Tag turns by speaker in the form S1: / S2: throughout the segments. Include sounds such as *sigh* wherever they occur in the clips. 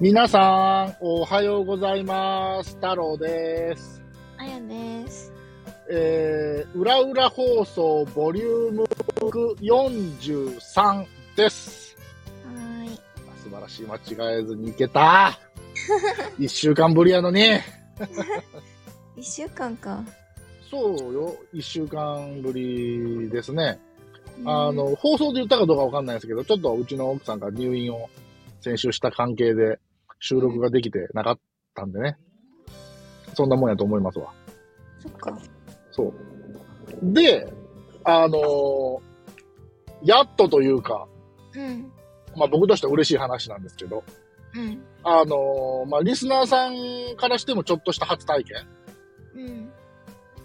S1: 皆さん、おはようございます。太郎です。
S2: あやです。
S1: えー、裏裏放送ボリューム43です。
S2: はーい。
S1: 素晴らしい、間違えずにいけ
S2: *laughs*
S1: た。一週間ぶりやのに。
S2: 一週間か。
S1: そうよ、一週間ぶりですね。
S2: うん
S1: あ、の、放送で言ったかどうかわかんないですけど、ちょっとうちの奥さんが入院を先週した関係で収録ができてなかったんでね。そんなもんやと思いますわ。
S2: そっか。
S1: そう。で、あのーやっとというか、
S2: うん。
S1: まあ僕としては嬉しい話なんですけど、
S2: うん。
S1: あのーまあリスナーさんからしてもちょっとした初体験。
S2: うん。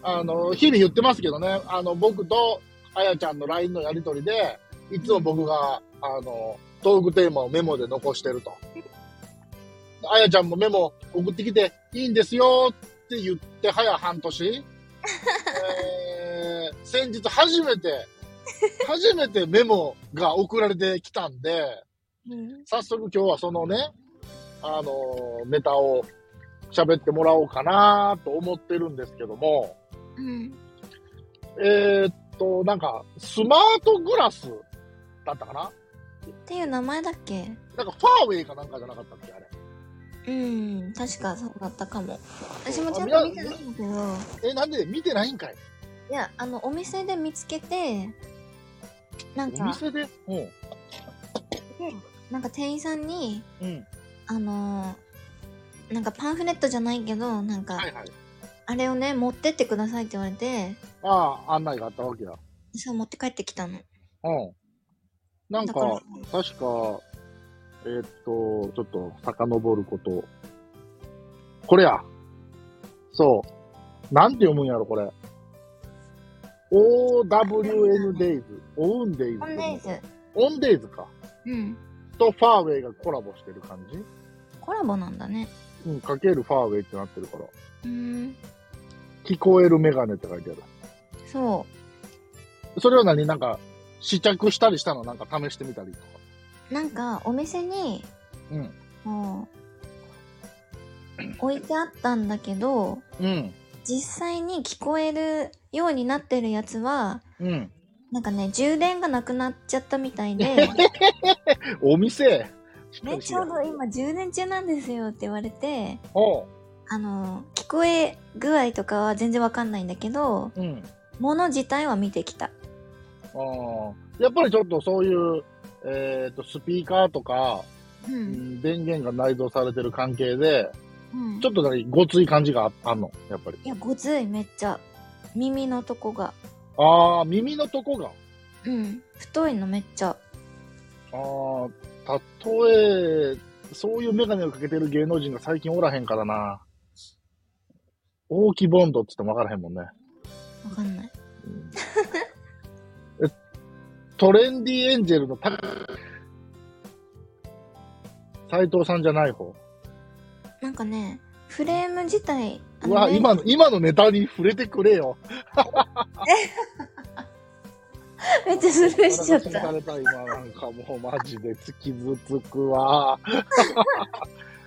S1: あのー日々言ってますけどね、あの、僕とあやちゃんの LINE のやりとりで、いつも僕が、あのートークテーマをメモで残してると。あやちゃんもメモ送ってきていいんですよって言って早半年。えー先日初めて、初めてメモが送られてきたんで、
S2: うん。
S1: 早速今日はそのね、あのーネタを喋ってもらおうかなと思ってるんですけども、
S2: うん。
S1: えーっと、なんか、スマートグラスだったかな
S2: っていう名前だっけ
S1: なんかファーウェイかなんかじゃなかったっけあれ。
S2: うん。確かそうだったかも。私もちゃん
S1: あ
S2: と
S1: みんな
S2: 見てないんだけど。
S1: え、なんで見てないんかい
S2: いや、あの、お店で見つけて、なん
S1: お
S2: か、
S1: 店でうん。
S2: なんか店員さんに、
S1: うん。
S2: あのーなんかパンフレットじゃないけど、なんか
S1: は、いはい。
S2: あれをね、持ってってくださいって言われて、
S1: ああ、案内があったわけだ。
S2: そう持って帰ってきた
S1: う
S2: の。
S1: ん。なん
S2: だ
S1: か、
S2: から
S1: 確か、えーっと、ちょっと遡ること。これや。そう。なんて読むんやろ、これ。OWN Days。オンデイズ。
S2: コンデイズ。
S1: オンデイズか。
S2: うん。
S1: とファーウェイがコラボしてる感じ
S2: コラボなんだね。
S1: うん、かけるファーウェイってなってるから。
S2: うーん。
S1: 聞こえるメガネって書いてある。
S2: そう。
S1: それは何なんか、試着したりしたのなんか試してみたりとか。
S2: なんかお店に
S1: うん。
S2: もう置いてあったんだけど
S1: うん。
S2: 実際に聞こえるようになってるやつは
S1: うん。
S2: なんかね充電がなくなっちゃったみた
S1: *laughs*
S2: いで
S1: お店しっ
S2: 「
S1: かり
S2: ね、
S1: し
S2: ち
S1: や
S2: ょうど今充電中なんですよ」って言われて
S1: おう
S2: あの聞こえ具合とかは全然わかんないんだけど
S1: うん。
S2: 物自体は見てきた。
S1: ああ。やっぱりちょっとそういう、えっ、と、スピーカーとか、
S2: う
S1: うんん、電源が内蔵されてる関係で、
S2: うん
S1: ちょっと何、ごつい感じがああんのやっぱり。
S2: いやごついめっちゃ耳のとこが、
S1: ああ、耳のとこが。
S2: うん、太いのめっちゃ。
S1: ああ、たとえ、そういうメガネをかけてる芸能人が最近おらへんからな。大木ボンドって言ってもわからへんもんね。
S2: *laughs* わかんない。
S1: えトレンディエンジェルの高斉藤さんじゃない方。
S2: なんかね、フレーム自体、あ
S1: う
S2: の
S1: わ、
S2: ね
S1: 今の、今のネタに触れてくれよ。
S2: *laughs* めっちゃスルーしちゃっ
S1: 腹が刺
S2: た。
S1: された今なんかもうマジで傷つく
S2: *laughs*
S1: わ。い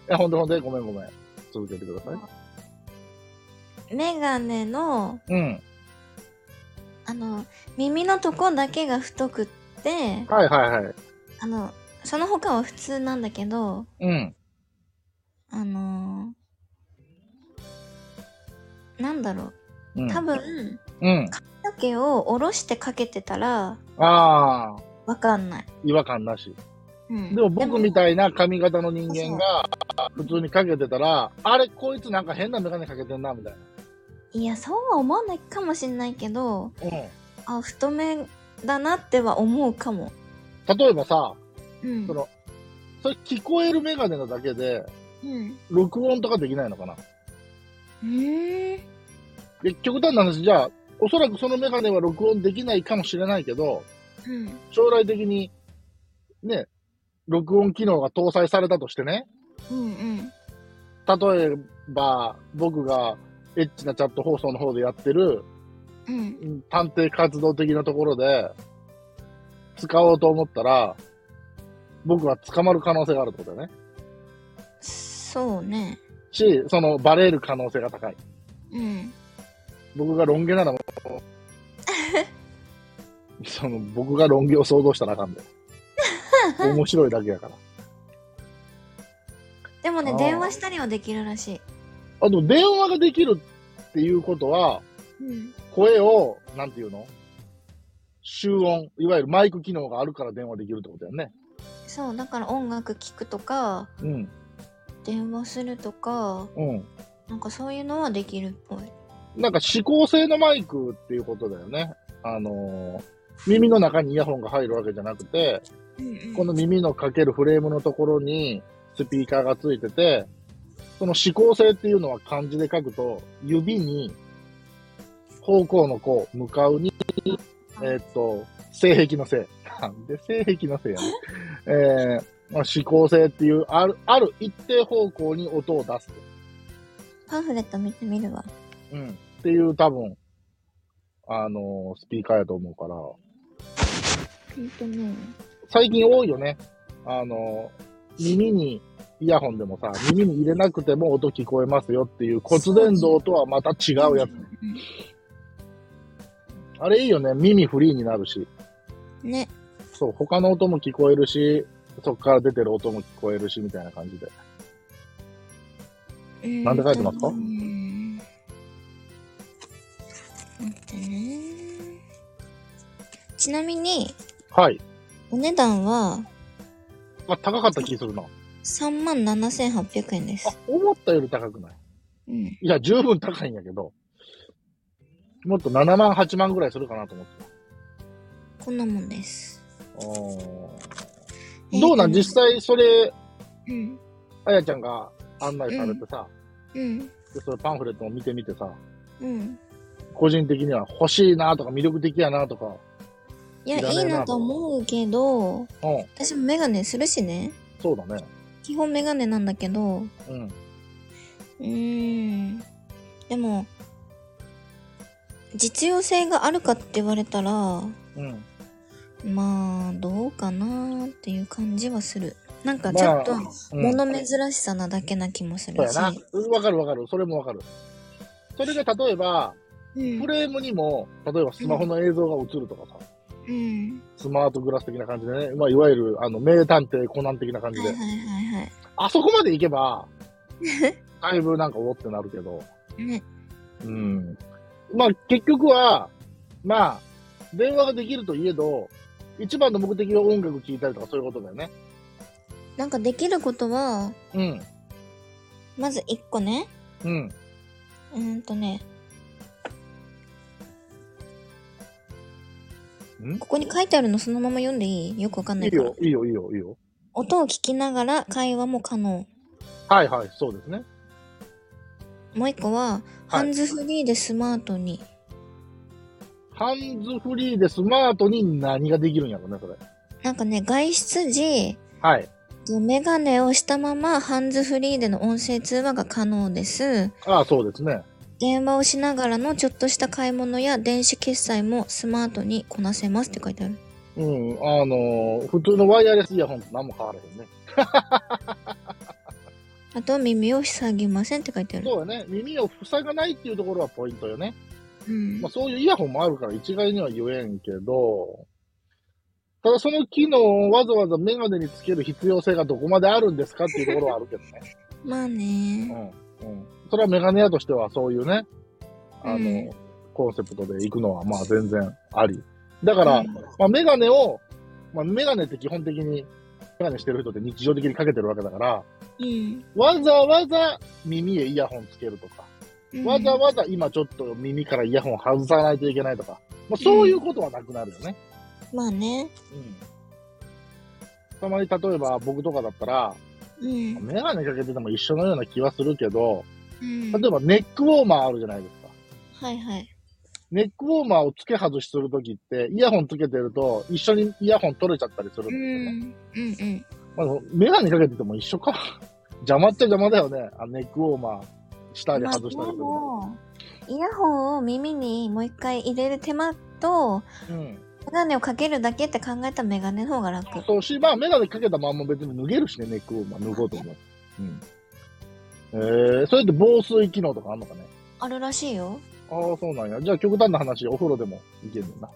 S1: や、ほんでほんで、ごめんごめん。続けてください。
S2: メガネの、
S1: うん。
S2: あの、耳のとこだけが太くって、
S1: はいはいはい。
S2: あの、その他は普通なんだけど、
S1: うん。
S2: あのーなんだろ
S1: う
S2: う。
S1: ん
S2: 多。分、
S1: うん。
S2: だけを下ろしてかけてたら、
S1: ああ、
S2: わかんない。
S1: 違和感なし。
S2: うん、
S1: でも僕みたいな髪型の人間が普通にかけてたら、あれ、こいつなんか変なメガネかけてんな、みたい
S2: いや、そうは思わないかもしんないけど、
S1: な。
S2: あ、太めだなっては思うかも。
S1: うん。例えばさ、
S2: うん
S1: そ。の、それ聞こえるメガネなだけで、
S2: うん。
S1: 録音とかできないのかな
S2: うーん。
S1: で、極端な話、じゃあ、おそらくそのメガネは録音できないかもしれないけど、
S2: うん。
S1: 将来的に、ね、録音機能が搭載されたとしてね、
S2: うんうん。
S1: 例えば、僕がエッチなチャット放送の方でやってる、
S2: うん。
S1: うん探偵活動的なところで、使おうと思ったら、僕は捕まる可能性があるってことだよね。
S2: そうね。
S1: し、その、バレる可能性が高い。
S2: うん。
S1: 僕がロン毛ならもう、その、僕がロン毛を想像したらあかんで。面白いだけやから。
S2: でも
S1: あ
S2: ね、
S1: ー
S2: 電話したりはできるらし
S1: あと、電話ができるっていうことは、
S2: い。うん。
S1: 声を、なんていうの集音、いわゆるマイク機能があるから電話できるってことやね。
S2: そう、だから音楽聴くとか、
S1: うん、
S2: 電話するとか、
S1: うん。
S2: なんかそういうのはできるっぽい。
S1: なんか指向性のマイクっていうことだよね。あのー耳の中にイヤホンが入るわけじゃなくて、
S2: うん
S1: この耳のかけるフレームのところにスピーカーがついてて、その指向性っていうのは漢字で書くと、指に方向のこう、向かうに、えーっと、性癖の性。なんで性癖の性やねん。えー、まあ、指向性っていう、ある、ある一定方向に音を出す。
S2: パンフレット見てみるわ。
S1: うん。っていう多分、あのースピーカーやと思うから、
S2: ほんとね。
S1: 最近多いよね。あの、耳に、イヤホンでもさ、耳に入れなくても音聞こえますよっていう骨伝導とはまた違うやつ。あれいいよね。耳フリーになるし。
S2: ね。
S1: そう、他の音も聞こえるし、そこから出てる音も聞こえるし、みたいな感じで。なんて書いてますか
S2: うーん待ってね。ちなみに、
S1: はい。
S2: お値段は
S1: まあ、高かった気するな。
S2: 3万7800円で
S1: あ
S2: す。、
S1: 思ったより高くない。
S2: うん。
S1: いや、十分高いんやけど、もっと7万、8万ぐらいするかなと思って
S2: こんなもんです。
S1: た。うんどうなん
S2: えー
S1: 実際それ、
S2: うん。
S1: あやちゃんが案内されてさ、
S2: うん。
S1: でそれパンフレットを見てみてさ、
S2: うん。
S1: 個人的には欲しいなとか魅力的やなとか、
S2: いや、
S1: いら
S2: い
S1: ねえ
S2: い
S1: な
S2: なと思うけど、
S1: うん、
S2: 私もメガネするしね。
S1: そうだね。
S2: 基本メガネなんだけど、う
S1: うん。
S2: ーん。でも、実用性があるかって言われたら、
S1: うん。
S2: まあどうかなっていう感じはするなんか
S1: まあ
S2: ちょっと
S1: うん、
S2: 物珍しさなだけな気もする
S1: そうや
S2: し、
S1: な。うんわかるわかる。それもわかる。それが例えば、
S2: うん
S1: フレームにも、例えばスマホの映像が映るとかさ、
S2: うん
S1: スマートグラス的な感じでね、まあ、いわゆる、あの、名探偵コナン的な感じ
S2: はいは
S1: で
S2: い、はいは
S1: あそこまで行け
S2: *laughs*
S1: ば、だいぶなんかおおってなるけど、
S2: いね
S1: うん。まあ結局は、まあ、電話ができるといえど、一番の目的は音楽聴いたりとかそういうことだよね。
S2: なんかできることは
S1: うん。
S2: まず1個ね
S1: うん。
S2: うーんとね
S1: ん
S2: ここに書いてあるのそのまま読んでいいよくわかんない
S1: い
S2: から
S1: よ、いいよ、いいよ、いいよ。
S2: 音を聞きながら会話も可能
S1: はいはい、そうですね。
S2: もう1個は、ハンズフリーでスマートに
S1: ハンズフリーでスマートに何ができるんやろね、それ。
S2: なんかね外出時
S1: はい。
S2: メガネをしたままハンズフリーでの音声通話が可能です。
S1: ああ、そうですね。
S2: 電話をしながらのちょっとした買い物や電子決済もスマートにこなせますって書いてある。
S1: うん、あのー普通のワイヤレスイヤホンと何も変わらへんね。
S2: あとは耳を塞ぎませんって書いてある。
S1: そうやね。耳を塞がないっていうところはポイントよね。
S2: うん
S1: まあ、そういうイヤホンもあるから一概には言えんけど、ただその機能をわざわざメガネにつける必要性がどこまであるんですかっていうところはあるけどね。
S2: まあね。
S1: うん。うん。それはメガネ屋としてはそういうね、あの、
S2: うん
S1: コンセプトで行くのはまあ全然あり。だから、
S2: うん
S1: まあメガネを、まあメガネって基本的に、メガネしてる人って日常的にかけてるわけだから、
S2: うん。
S1: わざわざ耳へイヤホンつけるとか、
S2: うん
S1: わざわざ今ちょっと耳からイヤホン外さないといけないとか、まあ、そういうことはなくなるよね。
S2: まあね。
S1: うん。たまに例えば僕とかだったら、
S2: うん。
S1: メガネかけてても一緒のような気はするけど、
S2: うん
S1: 例えばネックウォーマーあるじゃないですか。
S2: はいはい。
S1: ネックウォーマーを付け外しするときって、イヤホンつけてると一緒にイヤホン取れちゃったりするんで
S2: う
S1: すよね。
S2: ん。うんうん。
S1: まあ、メガネかけてても一緒か。邪魔っちゃ邪魔だよね。あのネックウォーマーしたり
S2: まあ
S1: 外したりする
S2: で
S1: の。
S2: もイヤホンを耳にもう一回入れる手間と、
S1: うん。
S2: メガネをかけるだけって考えたらメガネの方が楽。
S1: そうし、まあ、メガネかけたまんま別に脱げるしね、ネックウォーマー脱ごうと思う。うん。えー、それって防水機能とかあるのかね
S2: あるらしいよ。
S1: ああ、そうなんや。じゃあ極端な話、お風呂でもいけるんだ。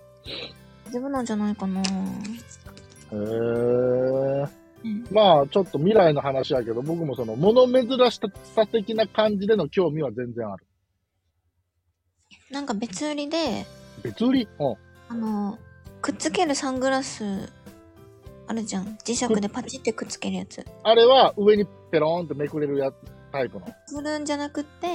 S2: 自分なんじゃないかな。
S1: へえ。
S2: うん。
S1: まあ、ちょっと未来の話やけど、僕もその、物珍しさ的な感じでの興味は全然ある。
S2: なんか別売りで、
S1: 別売りうん。
S2: あの、くっつけるサングラス、あるじゃん。磁石でパチってくっつけるやつ。
S1: あれは上にペローンってめくれるやつタイプの。
S2: くるんじゃなくって、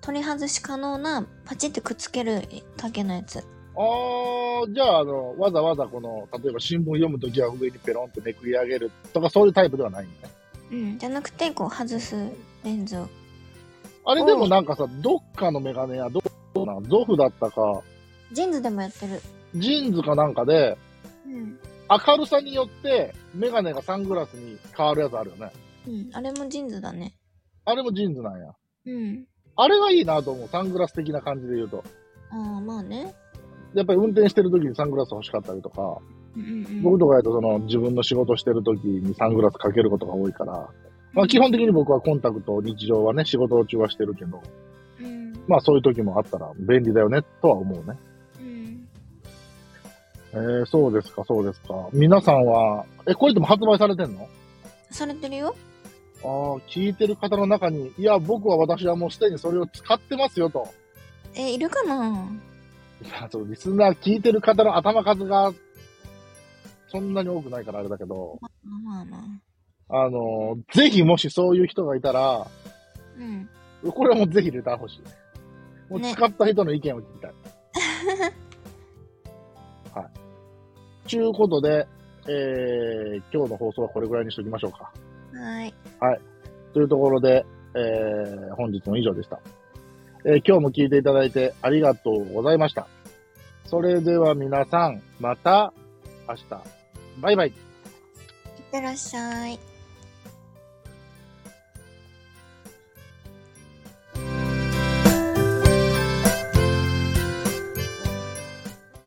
S2: 取り外し可能なパチってくっつける竹のやつ。
S1: ああ、じゃあ、あの、わざわざこの、例えば新聞読むときは上にペロンってめくり上げるとか、そういうタイプではないんだね。
S2: うん。じゃなくて、こう外すレンズを。
S1: あれでもなんかさ、どっかのメガネや、どうなん、ゾフだったか、
S2: ジーンズでもやってる。
S1: ジーンズかなんかで、
S2: うん。
S1: 明るさによって、メガネがサングラスに変わるやつあるよね。
S2: うん。あれもジーンズだね。
S1: あれもジーンズなんや。
S2: うん。
S1: あれがいいなと思う。サングラス的な感じで言うと。
S2: ああ、まあね。
S1: やっぱり運転してる時にサングラス欲しかったりとか、
S2: うんうん
S1: 僕とかやとその自分の仕事してる時にサングラスかけることが多いから、まあ基本的に僕はコンタクトを日常はね、仕事中はしてるけど、
S2: うん。
S1: まあそういう時もあったら便利だよね、とは思うね。
S2: うん。
S1: えー、そうですか、そうですか。皆さんは、え、これでも発売されてんの
S2: されてるよ。
S1: ああ、聞いてる方の中に、いや、僕は私はもうすでにそれを使ってますよと。
S2: え、いるかない
S1: や、そのリスナー聞いてる方の頭数が、そんなに多くないからあれだけど、
S2: まあまあ。
S1: あの、ぜひもしそういう人がいたら、
S2: うん。
S1: これはもうぜひレター欲しい。もう
S2: ね
S1: 使った人の意見を聞きたい。はい。ちゅうことで、えー、今日の放送はこれぐらいにしときましょうか。
S2: はい。
S1: というところで、えー、本日も以上でした。えー今日も聞いていただいてありがとうございました。それでは皆さん、また明日。バイバイ。
S2: いってらっしゃい。